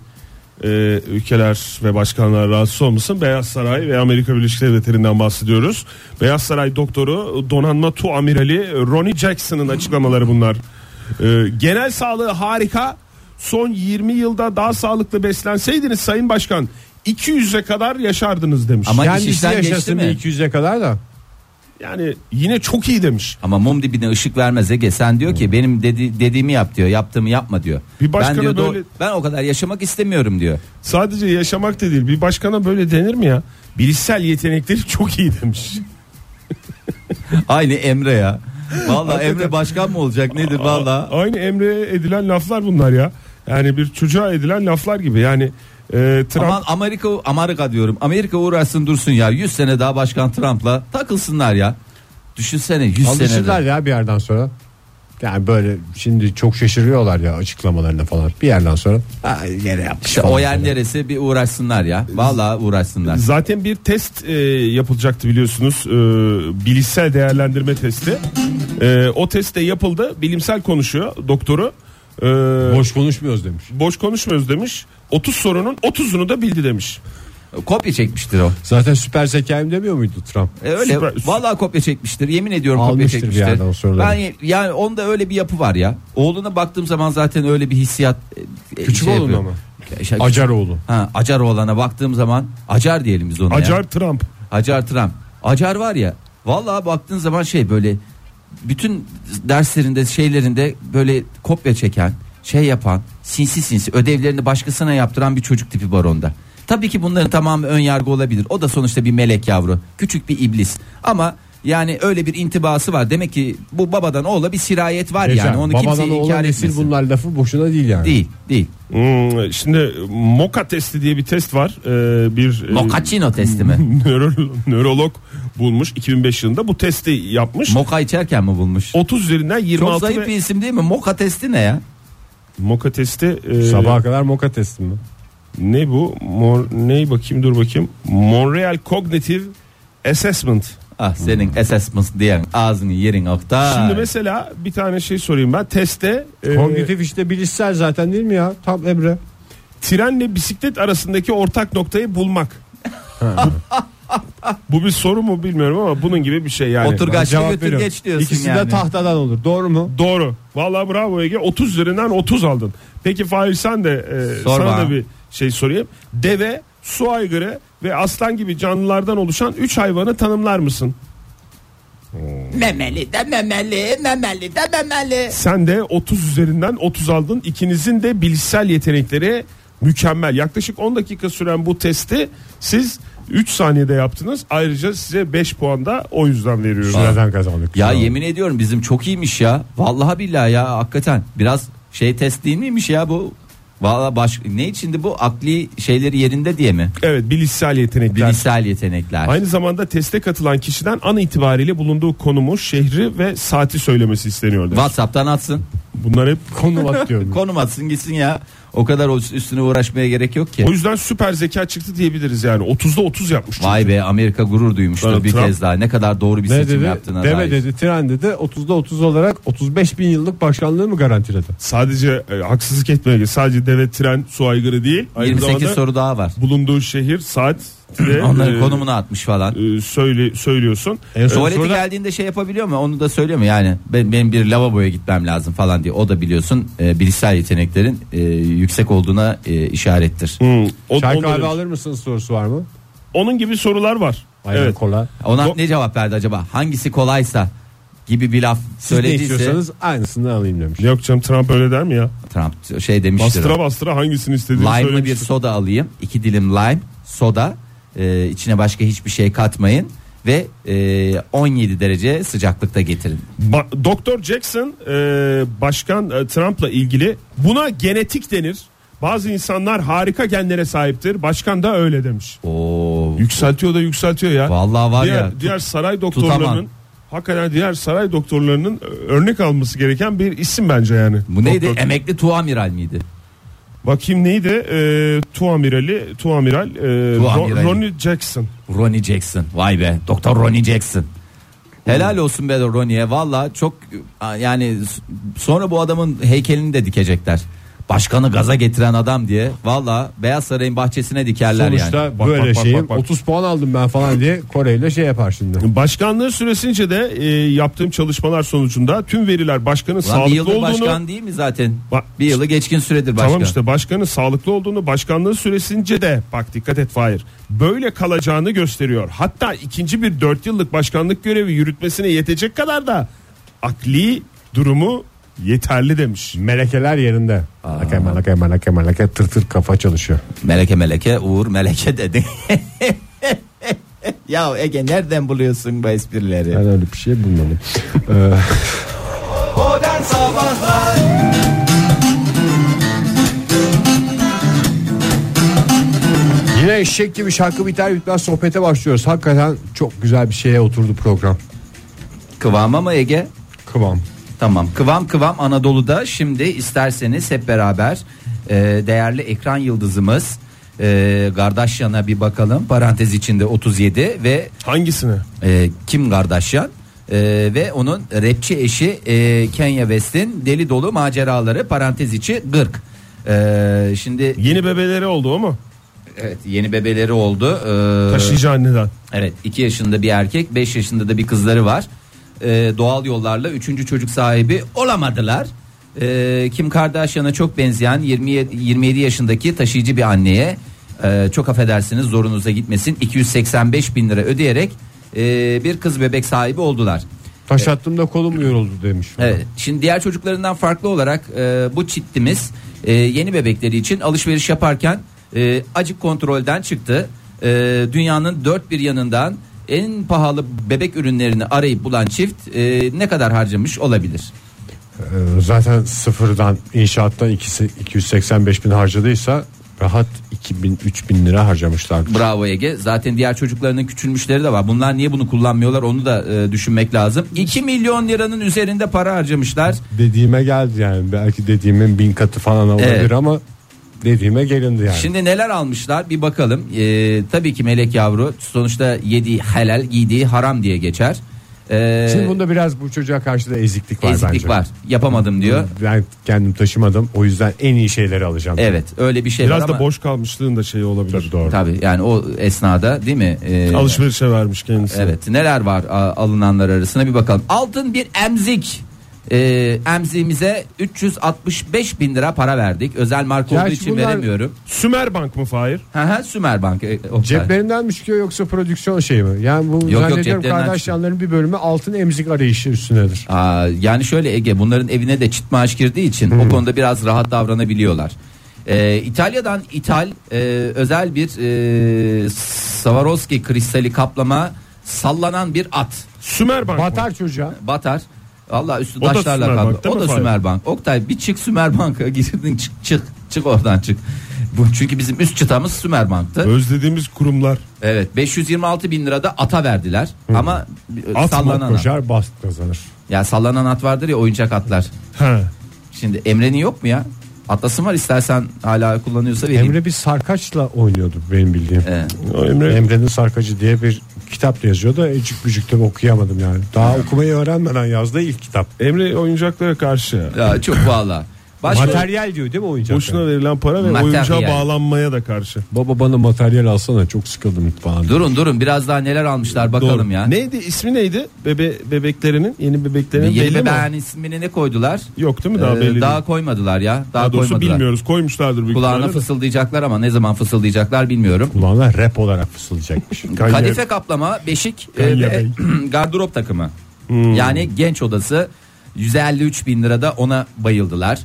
e, ülkeler ve başkanlar rahatsız olmasın. Beyaz Saray ve Amerika Birleşik Devletleri'nden bahsediyoruz. Beyaz Saray doktoru donanma tu amirali Ronnie Jackson'ın açıklamaları bunlar. Ee, genel sağlığı harika. Son 20 yılda daha sağlıklı beslenseydiniz Sayın Başkan 200'e kadar yaşardınız demiş. Ama iş Kendisi işten geçti yaşasın mi? 200'e kadar da. Yani yine çok iyi demiş. Ama mum dibine ışık vermez Ege. Sen diyor ki benim dedi, dediğimi yap diyor. Yaptığımı yapma diyor. Hmm. Bir başkana ben diyor da- böyle- ben o kadar yaşamak istemiyorum diyor. Sadece yaşamak da değil bir başkana böyle denir mi ya? Bilişsel yetenekleri çok iyi demiş. Aynı Emre ya. Vallahi Emre başkan mı olacak nedir valla? Aynı Emre'ye edilen laflar bunlar ya. Yani bir çocuğa edilen laflar gibi. Yani e, Trump Aman Amerika Amerika diyorum. Amerika uğraşsın dursun ya. 100 sene daha başkan Trump'la takılsınlar ya. Düşünsene 100 Alışırlar senede. ya bir yerden sonra. Yani böyle şimdi çok şaşırıyorlar ya açıklamalarına falan. Bir yerden sonra. "Ha, Yere yapmış İşte falan." o yer neresi bir uğraşsınlar ya. Vallahi uğraşsınlar. zaten bir test e, yapılacaktı biliyorsunuz. E, bilişsel değerlendirme testi. E, o test de yapıldı. Bilimsel konuşuyor doktoru. E, boş. Boş konuşmuyoruz demiş. konuşmuyoruz demiş. 30 sorunun 30'unu da bildi demiş. Kopya çekmiştir o. Zaten süper zekayım demiyor muydu Trump? E öyle Süper- vallahi kopya çekmiştir. Yemin ediyorum kopya Almıştır bir çekmiştir. yerden o soruları. Ben yani onda öyle bir yapı var ya. Oğluna baktığım zaman zaten öyle bir hissiyat e, Küçük şey oğluna yapıyor. mı? Ya şey- Acaroğlu. Ha, Acar oğlana baktığım zaman Acar diyelim biz ona. ya. Acar Trump. Acar Tram. Acar var ya vallahi baktığın zaman şey böyle bütün derslerinde şeylerinde böyle kopya çeken şey yapan sinsi sinsi ödevlerini başkasına yaptıran bir çocuk tipi var onda. Tabii ki bunların tamamı ön yargı olabilir. O da sonuçta bir melek yavru. Küçük bir iblis. Ama yani öyle bir intibası var. Demek ki bu babadan oğula bir sirayet var yani. Onu kimse Babadan oğlan inkar nesil etmesin. bunlar lafı boşuna değil yani. Değil, değil. Hmm, şimdi Moka testi diye bir test var. E, bir e, Mochaccino testi mi? nöro- nörolog bulmuş 2005 yılında bu testi yapmış. Moka içerken mi bulmuş? 30 üzerinden 26 Çok ve- zayıf bir isim değil mi? Moka testi ne ya? Moka testi e, Ee, Sabaha kadar moka testi mi? ne bu? Mor, ne bakayım dur bakayım. Montreal Cognitive Assessment. Ah senin assessment diyen ağzını yerin Oktay. Hmm. Şimdi mesela bir tane şey sorayım ben testte e, Kognitif işte bilişsel zaten değil mi ya? Tam Emre. trenle bisiklet arasındaki ortak noktayı bulmak. bu, bu bir soru mu bilmiyorum ama bunun gibi bir şey yani. Oturgaçlı Cevap götür veriyorum. geç diyorsun İkisi yani. de tahtadan olur. Doğru mu? Doğru. Vallahi bravo Ege 30 üzerinden 30 aldın. Peki Fahir sen de e, Sor sana bana. da bir şey sorayım. Deve, su aygırı ve aslan gibi canlılardan oluşan 3 hayvanı tanımlar mısın? memeli de memeli, memeli de memeli. Sen de 30 üzerinden 30 aldın. İkinizin de bilişsel yetenekleri mükemmel. Yaklaşık 10 dakika süren bu testi siz 3 saniyede yaptınız. Ayrıca size 5 puan da o yüzden veriyoruz. Neden kazandık? Ya Aa. yemin ediyorum bizim çok iyiymiş ya. Vallahi billahi ya hakikaten. Biraz şey test değil miymiş ya bu? Valla baş ne içindi bu? Akli şeyleri yerinde diye mi? Evet bilişsel yetenekler. Bilişsel yetenekler. Aynı zamanda teste katılan kişiden an itibariyle bulunduğu konumu, şehri ve saati söylemesi isteniyordu. WhatsApp'tan atsın. Bunlar hep Konu bak diyorum. Konum atsın gitsin ya. O kadar o- üstüne uğraşmaya gerek yok ki. o yüzden süper zeka çıktı diyebiliriz yani. 30'da 30 yapmış. çünkü. Vay be Amerika gurur duymuştu Donald bir Trump. kez daha. Ne kadar doğru bir ne seçim dedi? yaptığına Deme dair. dedi. Tren dedi. 30'da 30 olarak 35 bin yıllık başkanlığı mı garantiledi? Sadece e, haksızlık etmeye sadece deve tren su aygırı değil. Aynı 28 zamanda soru daha var. bulunduğu şehir saat ve Onların E, e, konumunu atmış falan. e, söyle, söylüyorsun. En son Tuvaleti soruda- geldiğinde şey yapabiliyor mu? Onu da söylüyor mu? Yani ben, benim bir lavaboya gitmem lazım falan diye. O da biliyorsun e, bilişsel yeteneklerin e, yüksek olduğuna e, işarettir. Hmm, o- Çay onu kahve demiş. alır mısınız sorusu var mı? Onun gibi sorular var. Aynen evet. kola. Ona Do- ne cevap verdi acaba? Hangisi kolaysa gibi bir laf Siz ne söylediyse istiyorsanız aynısını alayım demiş. Yok canım Trump öyle der mi ya? Trump şey demiştir. Bastıra bastıra hangisini istediğini Lime'lı bir söylemiştir. soda alayım. iki dilim lime, soda. e, içine başka hiçbir şey katmayın. Ve e, 17 derece sıcaklıkta getirin. Ba- Doktor Jackson e, başkan e, Trump'la ilgili buna genetik denir. Bazı insanlar harika genlere sahiptir. Başkan da öyle demiş. Oo, Yükseltiyor da yükseltiyor ya. Vallahi var diğer, ya. Diğer saray doktorlarının tutamam. hakikaten diğer saray doktorlarının e, örnek alması gereken bir isim bence yani. bu neydi? Doktor- Emekli tuamiral miydi? Bakayım neydi? E, Tuamirali, Tuamiral, e, Tuamirali. Ro- Ronnie Jackson. Ronnie Jackson. Vay be. Doktor Ronnie Jackson. Helal olsun be Ronnie'ye. Valla çok yani sonra bu adamın heykelini de dikecekler. Başkanı gaza getiren adam diye. Valla Beyaz Saray'ın bahçesine dikerler Sonuçta yani. Bak, böyle bak, bak, şeyim bak, bak. 30 puan aldım ben falan diye Kore ile şey yapar şimdi. Başkanlığı süresince de e, yaptığım çalışmalar sonucunda tüm veriler başkanın Ulan bir sağlıklı yıldır olduğunu başkan değil mi zaten? Ba- bir yılı geçkin süredir başkan. Tamam işte başkanın sağlıklı olduğunu başkanlığı süresince de bak dikkat et Fahir böyle kalacağını gösteriyor. Hatta ikinci bir dört yıllık başkanlık görevi yürütmesine yetecek kadar da akli durumu yeterli demiş. Melekeler yerinde. Meleke meleke meleke meleke tır tır kafa çalışıyor. Meleke meleke Uğur meleke dedi. ya Ege nereden buluyorsun bu esprileri? Ben öyle bir şey bulmadım. Yine eşek gibi şarkı biter bitmez sohbete başlıyoruz. Hakikaten çok güzel bir şeye oturdu program. Kıvama mı Ege? Kıvam. Tamam kıvam kıvam Anadolu'da şimdi isterseniz hep beraber e, değerli ekran yıldızımız e, Kardashian'a bir bakalım parantez içinde 37 ve Hangisine? e, Kim Kardashian e, ve onun rapçi eşi e, Kenya West'in deli dolu maceraları parantez içi 40. E, şimdi Yeni bebeleri oldu o mu? evet, yeni bebeleri oldu. E, Taşıyıcı anneden. Evet 2 yaşında bir erkek 5 yaşında da bir kızları var. Ee, doğal yollarla 3. çocuk sahibi olamadılar. Ee, Kim Kardashian'a çok benzeyen 27, 27 yaşındaki taşıyıcı bir anneye e, çok affedersiniz zorunuza gitmesin 285 bin lira ödeyerek e, bir kız bebek sahibi oldular. Taş attığımda kolum yoruldu demiş. Evet. Şimdi diğer çocuklarından farklı olarak e, bu çiftimiz e, yeni bebekleri için alışveriş yaparken e, acık kontrolden çıktı. E, dünyanın dört bir yanından en pahalı bebek ürünlerini arayıp bulan çift e, ne kadar harcamış olabilir? Ee, zaten sıfırdan inşaattan ikisi 285 bin harcadıysa rahat 2000 3000 lira harcamışlardır. Bravo Ege. Zaten diğer çocuklarının küçülmüşleri de var. Bunlar niye bunu kullanmıyorlar onu da e, düşünmek lazım. 2 milyon liranın üzerinde para harcamışlar. dediğime geldi yani belki dediğimin bin katı falan olabilir Evet. ama dediğime gelindi yani. Şimdi neler almışlar bir bakalım. Ee, tabii ki melek yavru sonuçta yediği helal giydiği haram diye geçer. Ee, Şimdi bunda biraz bu çocuğa karşı da eziklik var eziklik bence. var. Yapamadım diyor. Ben kendim taşımadım o yüzden en iyi şeyleri alacağım. Evet öyle bir şey Biraz var da ama boş kalmışlığın da şeyi olabilir. Tabii doğru. tabii yani o esnada değil mi? Ee, Alışverişe vermiş kendisi. Evet neler var a- alınanlar arasına bir bakalım. Altın bir emzik. Ee, emziğimize 365 bin lira para verdik. Özel marka olduğu Gerçi için bunlar- veremiyorum. Sümerbank mı Fahir? Hı hı, Sümerbank. e, Oktay. Ceplerinden mi çıkıyor yoksa prodüksiyon şeyi mi? Yani bu yok, zannediyorum ceplerinden kardeşlerin bir bölümü altın emzik arayışı üstünedir. Aa, yani şöyle Ege bunların evine de çit maaş girdiği için Hmm. o konuda biraz rahat davranabiliyorlar. Ee, İtalya'dan İtal e, özel bir e, Swarovski kristali kaplama sallanan bir at Sümer Bank. mı? Batar çocuğa. batar. Valla üstü O da taşlarla Sümerbank kaplı. değil O mi da Fahir? Sümerbank. Oktay bir çık Sümerbank'a girdin çık çık çık oradan çık. Bu çünkü bizim üst çıtamız Sümerbank'tı. Özlediğimiz kurumlar. Evet 526 bin lirada ata verdiler Hmm. ama e, At mı sallanan at. koşar bast kazanır. Ya sallanan at vardır ya oyuncak atlar. He. Şimdi Emre'nin yok mu ya? Atlas'ın var istersen hala kullanıyorsa vereyim. Emre bir sarkaçla oynuyordu benim bildiğim. Ee, O Emre Emre'nin sarkacı diye bir kitap da yazıyor da ecik bücük de okuyamadım yani. Daha okumayı öğrenmeden yazdığı ilk kitap. Emre oyuncaklara karşı ya çok valla. Başka Materyal diyor değil mi oyuncak? boşuna yani? verilen para ve Materyal. oyuncağa bağlanmaya da karşı. Baba bana materyal alsana çok sıkıldım falan. durun durun biraz daha neler almışlar bakalım Doğru. ya. Neydi ismi neydi? Bebe bebeklerinin yeni bebeklerinin Yeni belli mi? bebeğin ismini ne koydular? Yok değil mi daha Ee, belli? daha değil. koymadılar ya. Daha, Daha doğrusu koymadılar. bilmiyoruz. Koymuşlardır büyük Kulağına ihtimalle de. fısıldayacaklar ama ne zaman fısıldayacaklar bilmiyorum. Kulağına rap olarak fısıldayacakmış. Kanye- Kadife kaplama, beşik e, Kanye ve gardırop takımı. Hmm. Yani genç odası 153 bin lirada ona bayıldılar.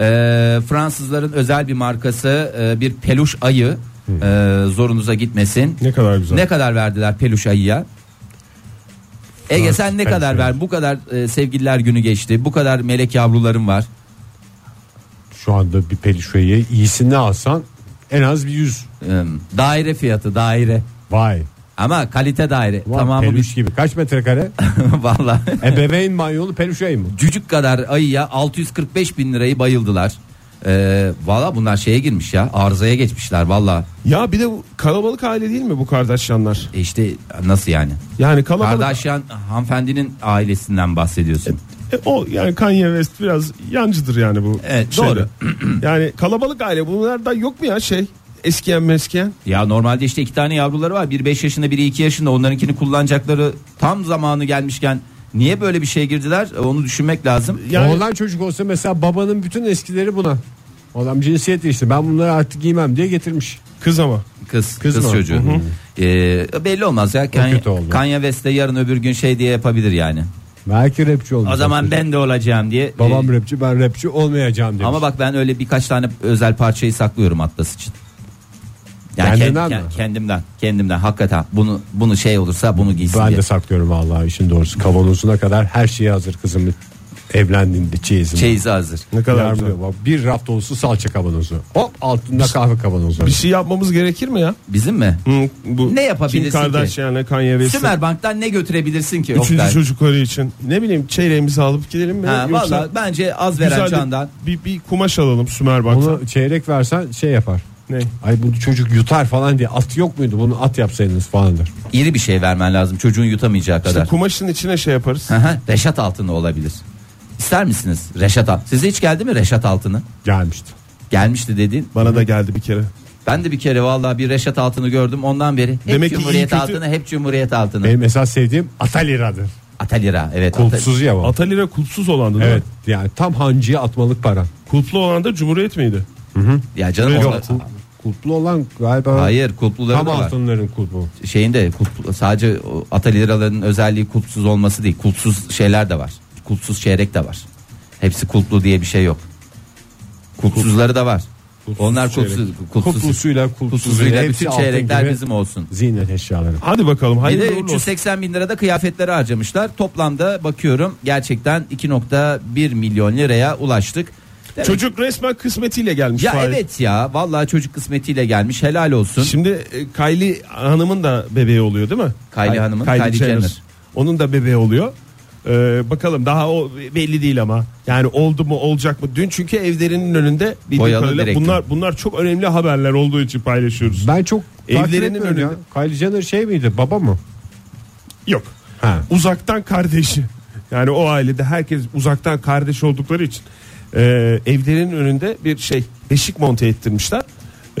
Ee, Fransızların özel bir markası e, bir peluş ayı Ee, zorunuza gitmesin. Hmm. Ne kadar güzel. Ne kadar verdiler peluş ayıya? Ege sen ne peluş kadar ayı. ver? Bu kadar e, sevgililer günü geçti. Bu kadar melek yavrularım var. Şu anda bir pelişeyi iyisini alsan en az bir yüz. Ee, daire fiyatı daire. Vay. Ama kalite daire. Ulan Tamamı peluş gibi. Kaç metrekare? bir valla. Ebeveyn manyolu peluşey mi? Cücük kadar ayıya 645 bin lirayı bayıldılar. Ee, valla bunlar şeye girmiş ya arızaya geçmişler valla Ya bir de bu kalabalık aile değil mi bu Kardashianlar? E işte nasıl yani Yani kalabalık. Kardashian hanımefendinin ailesinden bahsediyorsun E, o yani Kanye West biraz yancıdır yani bu. Evet, şeyde. doğru. yani kalabalık aile bunlardan yok mu ya şey? Eskiyen meskiyen. ya normalde işte iki tane yavruları var biri 5 yaşında biri 2 yaşında onlarınkini kullanacakları tam zamanı gelmişken niye böyle bir şeye girdiler E, onu düşünmek lazım Yani- Oğlan çocuk olsa mesela babanın bütün eskileri buna. Adam cinsiyet değişti. Ben bunları artık giymem diye getirmiş. Kız ama. kız Kız kız, mı? çocuğu Ee, belli olmaz ya Kanye, kötü oldu. Kanye West de yarın öbür gün şey diye yapabilir yani Belki rapçi olmuş. o zaman ben de olacağım diye e, Babam rapçi ben rapçi olmayacağım demiş. Ama bak ben öyle birkaç tane özel parçayı saklıyorum Atlas için. Kendinden mi? Kendimden. Kendimden. Hakikaten. Bunu bunu şey olursa bunu giysin ben diye. de saklıyorum vallahi işin doğrusu. Kavanozuna kadar her şeye hazır kızım. Evlendiğinde çeyizim. Çeyizi hazır. Ne kadar Yarmıyor. güzel. Bak Bir raf dolusu salça kavanozu. Hop altında kahve kavanozu. Bir şey yapmamız gerekir mi ya? Bizim mi? Hı, bu Ne yapabilirsin Kim Kardashian'la Kanye West'in Sümerbank'tan ne götürebilirsin ki? üçüncü Oktay? çocukları için. Ne bileyim çeyreğimizi alıp gidelim mi? Ha, Yoksa valla bence az güzel veren de candan. Bir, bir kumaş alalım Sümer Bank'tan. Onu çeyrek versen şey yapar. Ne? Ay bu çocuk yutar falan diye at yok muydu bunu at yapsaydınız falan der. İri bir şey vermen lazım. Çocuğun yutamayacağı İşte kadar. kumaşın içine şey yaparız. Aha, Reşat altını olabilir. İster misiniz? Reşat altını. Size hiç geldi mi Reşat altını? Gelmişti. Gelmişti dediğin. Bana da geldi bir kere. Ben de bir kere vallahi bir Reşat altını gördüm ondan beri. Hep Demek ki iyi Cumhuriyet kötü- E- altını, hep Cumhuriyet altını. Benim esas sevdiğim Atalira'dır. Atalira evet. Kulpsuz ya bu. Atalira kulpsuz olandı değil Evet mi? yani tam hancıya atmalık para. Kulplu olan da Cumhuriyet miydi? Atal- Ya canım Yok, onlar- Kul- kulplu olan galiba Hayır kulpluları tam da var. altınların kulpu. Şeyinde kulp, sadece o ataliraların özelliği kulpsuz olması değil. Kulpsuz şeyler de var. Kulpsuz çeyrek de var. Hepsi kulplu diye bir şey yok. Kulpsuzları da var. Onlar çeyrek. kulpsuz, kulpsuz, Kulplusuyla kulpsuzuyla kulpsuzuyla hepsi bütün altın çeyrekler gibi bizim olsun. Ziynet eşyaları. Hadi bakalım Bir hayırlı de uğurlu olsun. 380 bin lirada kıyafetlere harcamışlar. Toplamda bakıyorum gerçekten 2.1 milyon liraya ulaştık. Demek- Çocuk resmen kısmetiyle gelmiş. ya Fahir. evet ya vallahi çocuk kısmetiyle gelmiş helal olsun. Şimdi e, Kylie Hanım'ın da bebeği oluyor değil mi? Kylie Kay- Hanım'ın, Kylie Jenner. Onun da bebeği oluyor. Ee, bakalım daha o belli değil ama. Yani oldu mu olacak mı? Dün çünkü evlerinin önünde bildiğim Boyalı kadarıyla direktim. bunlar bunlar çok önemli haberler olduğu için paylaşıyoruz. Ben çok takip Evlerinin etmiyorum ya. önünde. Kylie Jenner şey miydi baba mı? Yok. Ha. Uzaktan kardeşi. Yani o ailede herkes uzaktan kardeş oldukları için e, evlerinin önünde bir şey beşik monte ettirmişler. E,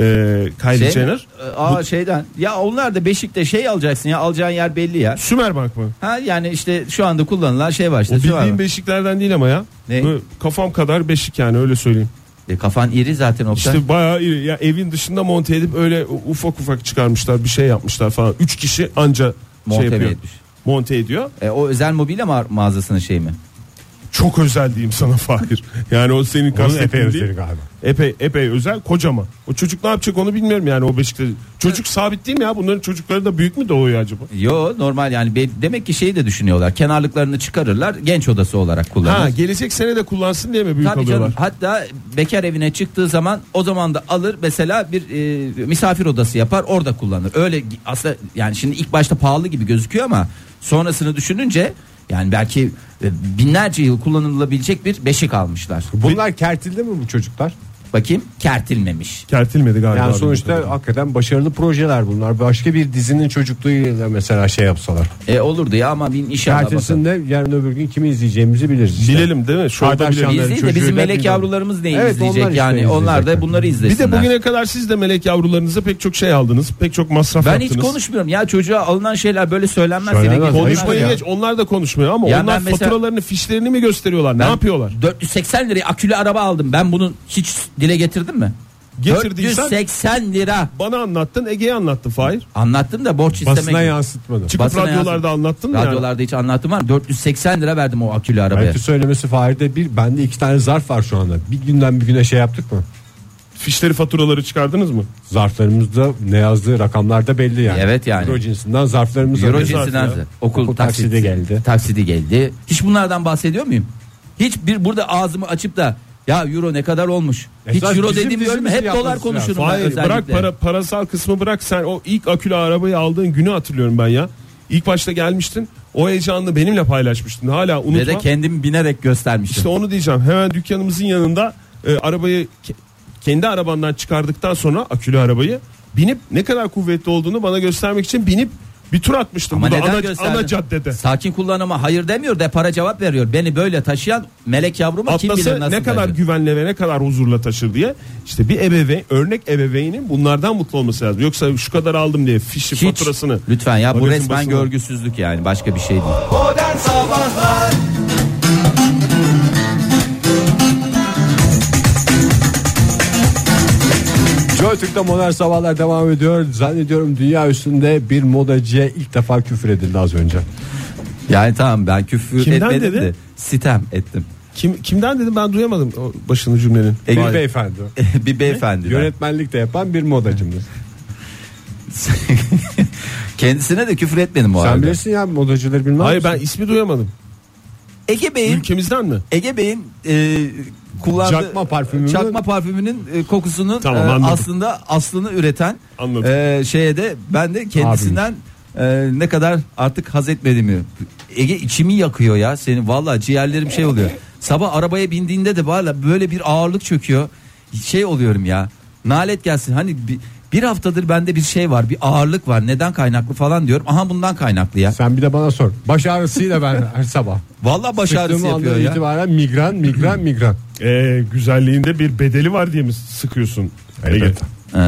Kylie Şey mi? Jenner. Ee, Aa şeyden. Ya onlar da Beşik'te şey alacaksın ya alacağın yer belli ya. Sümerbank mı? Ha yani işte şu anda kullanılan şey var O işte. şu var bildiğim mı? beşiklerden değil ama ya. Ne? Böyle Kafam kadar beşik yani öyle söyleyeyim. E, kafan iri zaten Oktay. İşte bayağı iri. Ya evin dışında monte edip öyle ufak ufak çıkarmışlar bir şey yapmışlar falan. Üç kişi anca Monte mi şey yapıyor. etmiş? Monte ediyor. E, o özel mobilya ma- mağazasının şey mi? çok özel diyeyim sana Fahir. Yani o senin Onun epey kastettiğin özeli değil. galiba. Epey, epey özel kocaman. O çocuk ne yapacak onu bilmiyorum yani o Beşiktaş. Çocuk sabit değil mi ya? Bunların çocukları da büyük mü doğuyor acaba? Yo normal yani be- demek ki şeyi de düşünüyorlar. Kenarlıklarını çıkarırlar genç odası olarak Ha kullanırlar. gelecek sene de kullansın diye mi büyük Tabii alıyorlar? canım. Hatta bekar evine çıktığı zaman o zaman da alır mesela bir e, misafir odası yapar orada kullanır. Öyle gi- aslında yani şimdi ilk başta pahalı gibi gözüküyor ama sonrasını düşününce yani belki e, binlerce yıl kullanılabilecek bir beşik almışlar. Bunlar kertildi mi bu çocuklar? Bakayım kertilmemiş. Kertilmedi galiba. Yani abi bu kadar. sonuçta hakikaten başarılı projeler bunlar. Başka bir dizinin çocukluğuyla mesela şey yapsalar. E, olurdu ya ama bin inşallah bakalım. Ertesinde yarın öbür gün kimi izleyeceğimizi biliriz. işte. Bilelim değil mi? Şurada Kardeş bilelim. yanları Biz değil de çocuğu bizim da melek bilmiyorum. yavrularımız neyi Evet, onlar izleyecek işte yani onlar da izleyecekler. bunları Bir izlesinler. de bugüne kadar siz de melek yavrularınıza pek çok şey aldınız. Pek çok masraf Ben yaptınız. hiç konuşmuyorum ya çocuğa alınan şeyler böyle söylenmez. Söylenmez, Eve gidiyorlar. Ayıp Konuşmayı ya. geç. Onlar da konuşmuyor ama Ya onlar ben mesela- faturalarını, fişlerini mi gösteriyorlar? Ne Ben yapıyorlar? 480 liraya akülü araba aldım. Ben bunu hiç dile getirdim mi? Getirdiysen 480 lira. bana anlattın, Ege'ye anlattın Fahir. Anlattım da borç istemek. Basına yansıtmadı. Çıkıp Basına radyolarda yazdım. anlattın mı yani? Radyolarda hiç anlattım var. mı? 480 lira verdim o akülü arabaya. Belki söylemesi Fahir'de bir. Bende iki tane zarf var şu anda. Bir günden bir güne şey yaptık mı? Fişleri, faturaları çıkardınız mı? Zarflarımızda ne yazdığı rakamlarda belli yani. Evet yani. Euro cinsinden zarflarımız var. Euro Ne cinsinden zarfı ya? zar- okul, Okul taksidi, taksidi geldi. Taksidi geldi. Hiç bunlardan bahsediyor muyum? Hiç bir burada ağzımı açıp da ya euro ne kadar olmuş? E Hiç zaten euro bizim dediğim görme dizimizi hep yaptınız dolar ya. konuşurum ben Fahir özellikle. bırak para, parasal kısmı bırak sen o ilk akülü arabayı aldığın günü hatırlıyorum ben ya. İlk başta gelmiştin. O heyecanını benimle paylaşmıştın. Hala unutma. Ve de kendimi binerek göstermiştim. İşte onu diyeceğim. Hemen dükkanımızın yanında e, arabayı ke- kendi arabandan çıkardıktan sonra akülü arabayı binip ne kadar kuvvetli olduğunu bana göstermek için binip bir tur atmıştım. Ama Bu da neden ana, gösterdin? ana caddede. Sakin kullanıma hayır demiyor da para cevap veriyor. Beni böyle taşıyan melek yavruma kim bilir Atlası nasıl ne kadar taşır? güvenle ve ne kadar huzurla taşır diye. İşte bir ebeveyn, örnek ebeveynin bunlardan mutlu olması lazım. Yoksa şu kadar aldım diye fişi Hiç. faturasını. Lütfen ya bu magazin resmen basını- görgüsüzlük yani başka bir şey değil. Joy Türk'te modern sabahlar devam ediyor. Zannediyorum dünya üstünde bir modacıya ilk defa küfür edildi az önce. Yani tamam ben küfür Kimden etmedim dedi? de sitem ettim. Kim, kimden dedim ben duyamadım o başını cümlenin. bir E, bir- beyefendi. bir beyefendi. Yönetmenlik de yapan bir modacımdır. Kendisine de küfür etmedim o Sen arada. bilirsin ya modacıları bilmez Hayır misin? ben ismi duyamadım. Ege Bey'in Ülkemizden mi? Ege Bey'in e, kullandığı Çakma parfümünün- çakma parfümünün e, kokusunun Tamam, e, anladım. aslında aslını üreten Anladım. e, şeye de ben de kendisinden e, ne kadar artık haz etmediğimi Ege içimi yakıyor ya senin valla ciğerlerim şey oluyor. Sabah arabaya bindiğinde de valla böyle bir ağırlık çöküyor. Şey oluyorum ya. Nalet gelsin. Hani bir, bir haftadır bende bir şey var. Bir ağırlık var. Neden kaynaklı falan diyorum. Aha bundan kaynaklı ya. Sen bir de bana sor. Baş ağrısıyla ben her sabah. Valla baş ağrısı Sıktığım yapıyor andan ya. itibaren migren migren migren. Ee, güzelliğinde bir bedeli var diye mi sıkıyorsun? Ege? Elbette. Ee,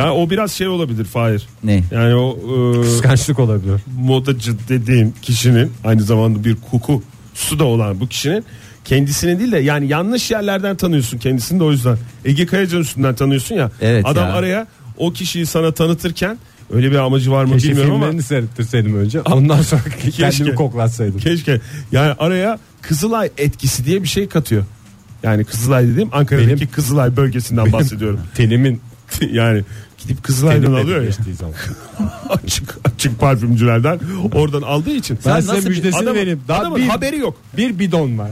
Ya o biraz şey olabilir Fahir. ne? Yani o e, Kıskançlık olabilir. modacı dediğim kişinin aynı zamanda bir koku su da olan bu kişinin kendisini değil de yani yanlış yerlerden tanıyorsun kendisini de o yüzden. Ege Kayacan üstünden tanıyorsun ya. Evet adam ya. araya o kişiyi sana tanıtırken öyle bir amacı var mı Keşke bilmiyorum ama filmlerini seyrettirseydim önce. Ondan sonra kendimi koklatsaydım. keşke yani araya Kızılay etkisi diye bir şey katıyor. Yani Kızılay dediğim Ankara'daki Benim- Kızılay bölgesinden bahsediyorum. Telimin yani gidip Kızılay'dan telimle alıyor ya. geçtiği zaman. açık açık parfümcülerden oradan aldığı için. Ben Sen size nasıl bir- müjdesini Adamın- vereyim. Daha adamın bir, haberi yok. bir bidon var.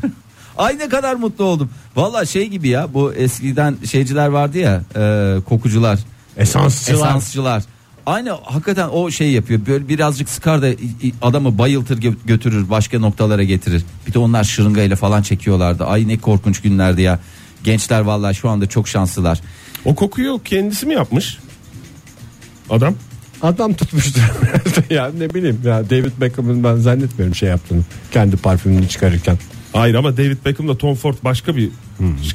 Ay ne kadar mutlu oldum. Valla şey gibi ya bu eskiden şeyciler vardı ya e, kokucular. Esansçılar. Esansçılar. Aynı hakikaten o şey yapıyor. Böyle birazcık sıkar da i- i- adamı bayıltır gö- götürür başka noktalara getirir. Bir de onlar şırıngayla falan çekiyorlardı. Ay ne korkunç günlerdi ya. Gençler valla şu anda çok şanslılar. O kokuyu kendisi mi yapmış? Adam. Adam tutmuştur herhalde ya ne bileyim ya David Beckham'ın ben zannetmiyorum şey yaptığını kendi parfümünü çıkarırken. Hayır ama David Beckham'la Tom Ford başka bir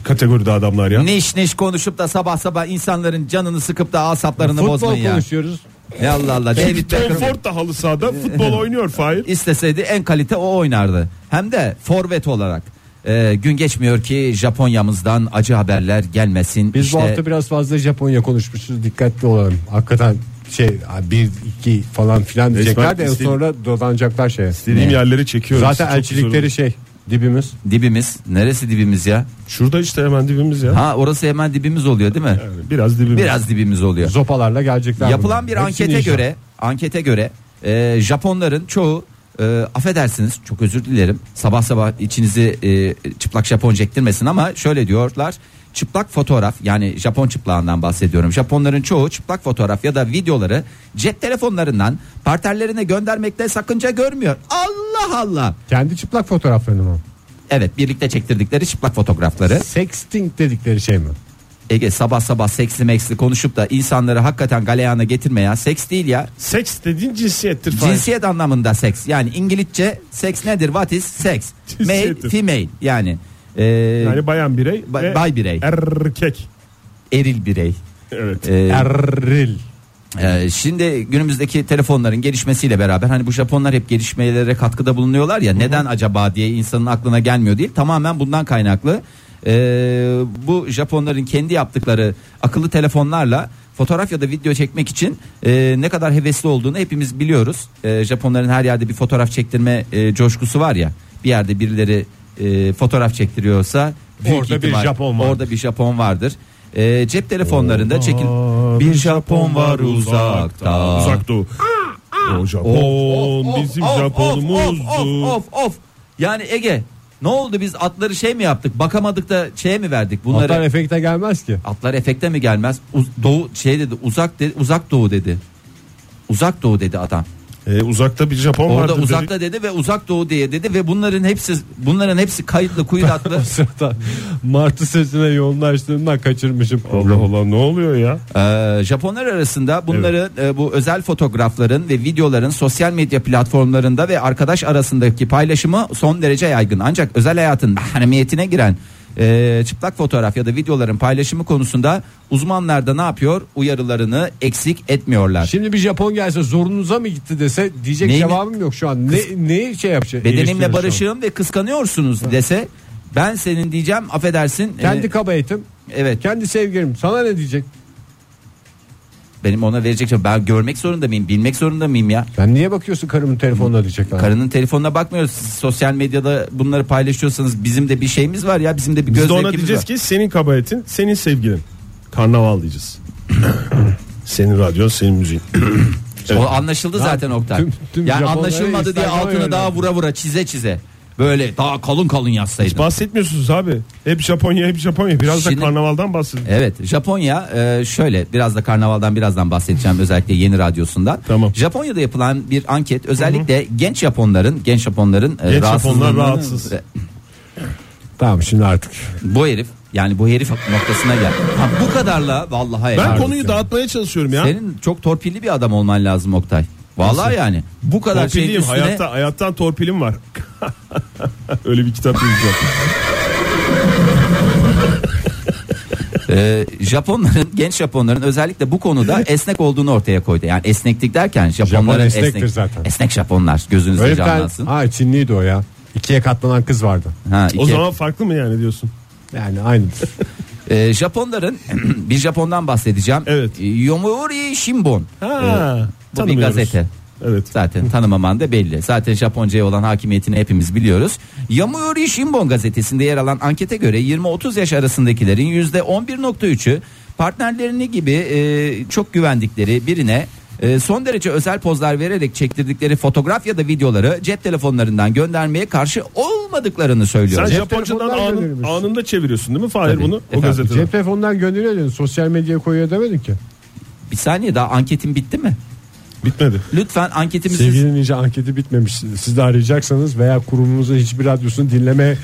kategoride adamlar ya. Niş niş konuşup da sabah sabah insanların canını sıkıp da asaplarını Futbol bozmayın ya. konuşuyoruz. Ya Allah Allah. David Tom Beckham. Ford da halı sahada futbol oynuyor Fahir. isteseydi en kalite o oynardı. Hem de forvet olarak. Ee, gün geçmiyor ki Japonya'mızdan acı haberler gelmesin. Biz İşte bu hafta biraz fazla Japonya konuşmuşuz dikkatli olalım. Hakikaten şey bir iki falan filan diyecekler de en istedi- sonra dolanacaklar şeye. Dediğim yerleri çekiyoruz. Zaten Çok elçilikleri güzel şey Dibimiz. Dibimiz. Neresi dibimiz ya? Şurada işte hemen dibimiz ya. Ha orası hemen dibimiz oluyor değil mi? Yani biraz dibimiz. Biraz dibimiz oluyor. Zopalarla gelecekler. Yapılan bunlar. Hepsini bir ankete yiyeceğim. göre, ankete göre e, Japonların çoğu e, affedersiniz çok özür dilerim sabah sabah içinizi e, çıplak Japon çektirmesin ama şöyle diyorlar çıplak fotoğraf yani Japon çıplağından bahsediyorum Japonların çoğu çıplak fotoğraf ya da videoları cep telefonlarından partnerlerine göndermekte sakınca görmüyor Allah Allah Kendi çıplak fotoğraflarını mı? evet birlikte çektirdikleri çıplak fotoğrafları Sexting dedikleri şey mi? Ege sabah sabah seksli meksli konuşup da insanları hakikaten galeyana getirme ya seks değil ya Seks dediğin cinsiyettir falan. Cinsiyet anlamında seks. Yani İngilizce seks nedir? What is sex? Male, Cinsiyettir. female. Yani, e, Yani bayan birey Ba- ve bay birey. erkek. eril birey. Evet. E, Erril. e, şimdi günümüzdeki telefonların gelişmesiyle beraber hani bu Japonlar hep gelişmelere katkıda bulunuyorlar ya neden acaba diye insanın aklına gelmiyor değil. Tamamen bundan kaynaklı. E, bu Japonların kendi yaptıkları akıllı telefonlarla fotoğraf ya da video çekmek için e, ne kadar hevesli olduğunu hepimiz biliyoruz. E, Japonların her yerde bir fotoğraf çektirme e, coşkusu var ya. Bir yerde birileri e, fotoğraf çektiriyorsa büyük Orada bir ihtimal- Japon var. Orada bir Japon vardır. E, cep telefonlarında çekil bir Japon var uzakta. Uzak doğu. O Japon bizim Of, of, Japonumuzdu. Of of of of. Yani Ege ne oldu biz atları şey mi yaptık? Bakamadık da şeye mi verdik bunları? Hatta Atlar, efekte gelmez ki. efekte mi gelmez? Uz- doğu şey dedi. Uzak dedi. Uzak doğu dedi. Uzak doğu dedi adam. E, uzakta bir Japon Orada vardı dedik. uzakta dedi. ve uzak doğu diye dedi ve bunların hepsi bunların hepsi kayıtlı kuyudatlı. Sırada Martı sesine yoğunlaştığımdan kaçırmışım Allah programı. Allah ne oluyor ya? Ee, Japonlar arasında bunları e, bu özel fotoğrafların ve videoların sosyal medya platformlarında ve arkadaş arasındaki paylaşımı son derece yaygın. Ancak özel hayatın ehemmiyetine giren e, çıplak fotoğraf ya da videoların paylaşımı konusunda uzmanlar da ne yapıyor? Uyarılarını eksik etmiyorlar. Şimdi bir Japon gelse zorunuza mı gitti dese diyecek Neyini- cevabım yok şu an. Ne, ne şey yapacak? Bedenimle eleştiriyor şu an? barışığım ve kıskanıyorsunuz dese ben senin diyeceğim affedersin. e, Kendi kaba eğitim. evet Kendi sevgilim sana ne diyecek? benim ona verecek cevap- ben görmek zorunda mıyım? Bilmek zorunda mıyım ya? Ben niye bakıyorsun karımın telefonuna diyecek. adam. Karının telefonuna bakmıyoruz. Siz sosyal medyada bunları paylaşıyorsanız bizim de bir şeyimiz var ya. Bizim de bir Biz göz de ona zevkimiz diyeceğiz var. ki senin kabahatin, senin sevgilin. Karnaval diyeceğiz. senin radyon, senin müziğin. O anlaşıldı zaten Oktay. tüm- tüm yani Japonlara anlaşılmadı diye Instagram'a altını daha yöneldi. vura vura çize çize. Böyle daha kalın kalın yazsaydın. Bahsetmiyorsunuz abi. Hep Japonya, hep Japonya. Biraz Şimdi- E, da karnavaldan bahsedin. Evet Japonya e, şöyle biraz da karnavaldan birazdan bahsedeceğim özellikle yeni radyosundan. Tamam. Japonya'da yapılan bir anket özellikle genç Japonların genç Japonların e, Genç Japonlar rahatsızlığını- rahatsız. e, Tamam şimdi artık. Bu herif yani bu herif noktasına geldi. Ha, bu kadarla vallahi Ben helal konuyu dağıtmaya çalışıyorum ya. Senin çok torpilli bir adam olman lazım Oktay. Vallahi yani bu kadar şeyin Torpilliyim. üstüne Hayatta, hayattan torpilim var. Öyle bir kitap yazacağım. e, Japonların genç Japonların özellikle bu konuda esnek olduğunu ortaya koydu. Yani esneklik derken Japonların esnektir zaten. Esnek Japonlar gözünüzde Öyle bir tane- canlansın. Ha Çinliydi o ya. İkiye katlanan kız vardı. Ha, O iki- zaman farklı mı yani diyorsun? Yani aynı. E, Japonların bir Japondan bahsedeceğim. Evet. E, Yomiuri Shimbun. Ha, bu bir tanımıyoruz. gazete. Evet. Zaten tanımaman da belli. Zaten Japonca'ya olan hakimiyetini hepimiz biliyoruz. Yamuori Shimbun gazetesinde yer alan ankete göre 20-30 yaş arasındakilerin %11.3'ü partnerlerini gibi e, çok güvendikleri birine e, son derece özel pozlar vererek çektirdikleri fotoğraf ya da videoları cep telefonlarından göndermeye karşı olmadıklarını Sen söylüyor. Japoncadan telefonundan anın- görüyormuş. anında çeviriyorsun değil mi Fahir Tabii. bunu? O Efendim, gazeteden. Cep telefonundan gönderiyor dedin, Sosyal medyaya koyuyor demedin ki. Bir saniye daha anketin bitti mi? Bitmedi. Lütfen anketimizi Sevgili Ninja anketi bitmemiş. Siz de arayacaksanız veya kurumumuzun hiçbir radyosunu dinleme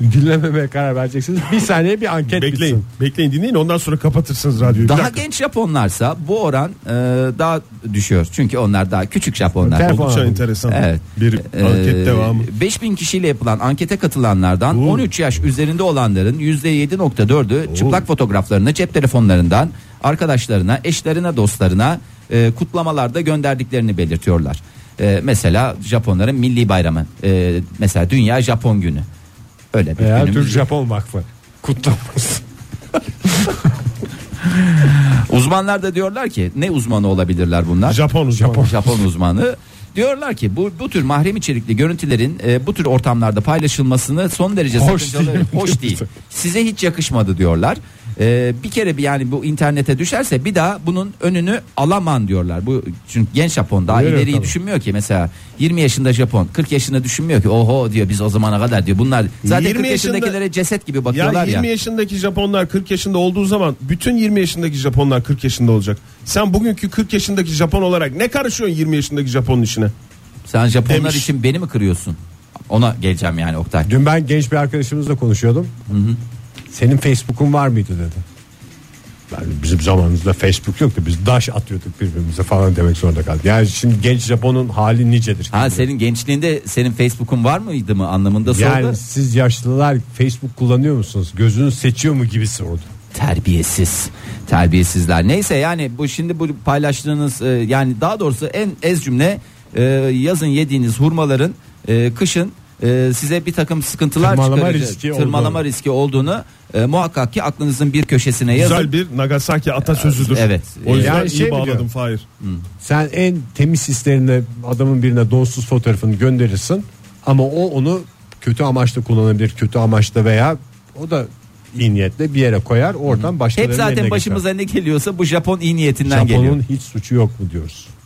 dinlememeye karar vereceksiniz. Bir saniye bir anket Bekleyin. bitsin. Bekleyin dinleyin ondan sonra kapatırsınız radyoyu. Bir daha dakika. genç Japonlarsa bu oran e, daha düşüyor. Çünkü onlar daha küçük Japonlar. Telefon Oldukça aldım. enteresan. Evet. Bir Ee, anket devamı. 5000 kişiyle yapılan ankete katılanlardan Oo. 13 yaş üzerinde olanların %7.4'ü çıplak fotoğraflarını cep telefonlarından arkadaşlarına, eşlerine, dostlarına e, kutlamalarda gönderdiklerini belirtiyorlar. E, mesela Japonların milli bayramı, e, mesela Dünya Japon Günü. Öyle bir Veya günümüz- Türk Japon Vakfı kutlaması. Uzmanlar da diyorlar ki ne uzmanı olabilirler bunlar? Japon uzmanı. Japon uzmanı. Diyorlar ki bu bu tür mahrem içerikli görüntülerin e, bu tür ortamlarda paylaşılmasını son derece Hoş sakıncalı- değil. hoş değil. Size hiç yakışmadı diyorlar. E, bir kere bir yani bu internete düşerse bir daha bunun önünü alaman diyorlar. Bu çünkü genç Japon daha Öyle ileriyi tabii. düşünmüyor ki mesela 20 yaşında Japon 40 yaşında düşünmüyor ki oho diyor biz o zamana kadar diyor. Bunlar zaten 20 40 yaşında- yaşındakilere ceset gibi Ya bakıyorlar 20 ya. yaşındaki Japonlar 40 yaşında olduğu zaman bütün 20 yaşındaki Japonlar 40 yaşında olacak. Sen bugünkü 40 yaşındaki Japon olarak ne karışıyorsun 20 yaşındaki Japon'un işine? Sen Japonlar Demiş. için beni mi kırıyorsun? Ona geleceğim yani Oktay. Dün ben genç bir arkadaşımızla konuşuyordum. Senin Facebook'un var mıydı dedi. Yani bizim zamanımızda Facebook yoktu. Biz daş atıyorduk birbirimize falan demek zorunda kaldık. Yani şimdi genç Japon'un hali nicedir. Ha senin gençliğinde senin Facebook'un var mıydı mı anlamında sordu. yani siz yaşlılar Facebook kullanıyor musunuz? Gözünüz seçiyor mu gibi sordu. Terbiyesiz. Terbiyesizler. Neyse yani bu şimdi bu paylaştığınız e, yani daha doğrusu en ez cümle e, yazın yediğiniz hurmaların e, kışın e, size bir takım sıkıntılar Tırmalama çıkaracak- riski tırmalama olduğunu. riski olduğunu e, muhakkak ki aklınızın bir köşesine yazın. Güzel bir Nagasaki atasözüdür. Evet. O yüzden Yani iyi şey mi bağladım diyor? Fahir. Sen en temiz hislerine adamın birine donsuz fotoğrafını gönderirsin ama o onu kötü amaçla kullanabilir. Kötü amaçla veya o da iyi niyetle bir yere koyar oradan başkalarının Hep zaten eline geçer. başımıza ne geliyorsa bu Japon iyi niyetinden Japon'un geliyor. hiç suçu yok mu diyoruz.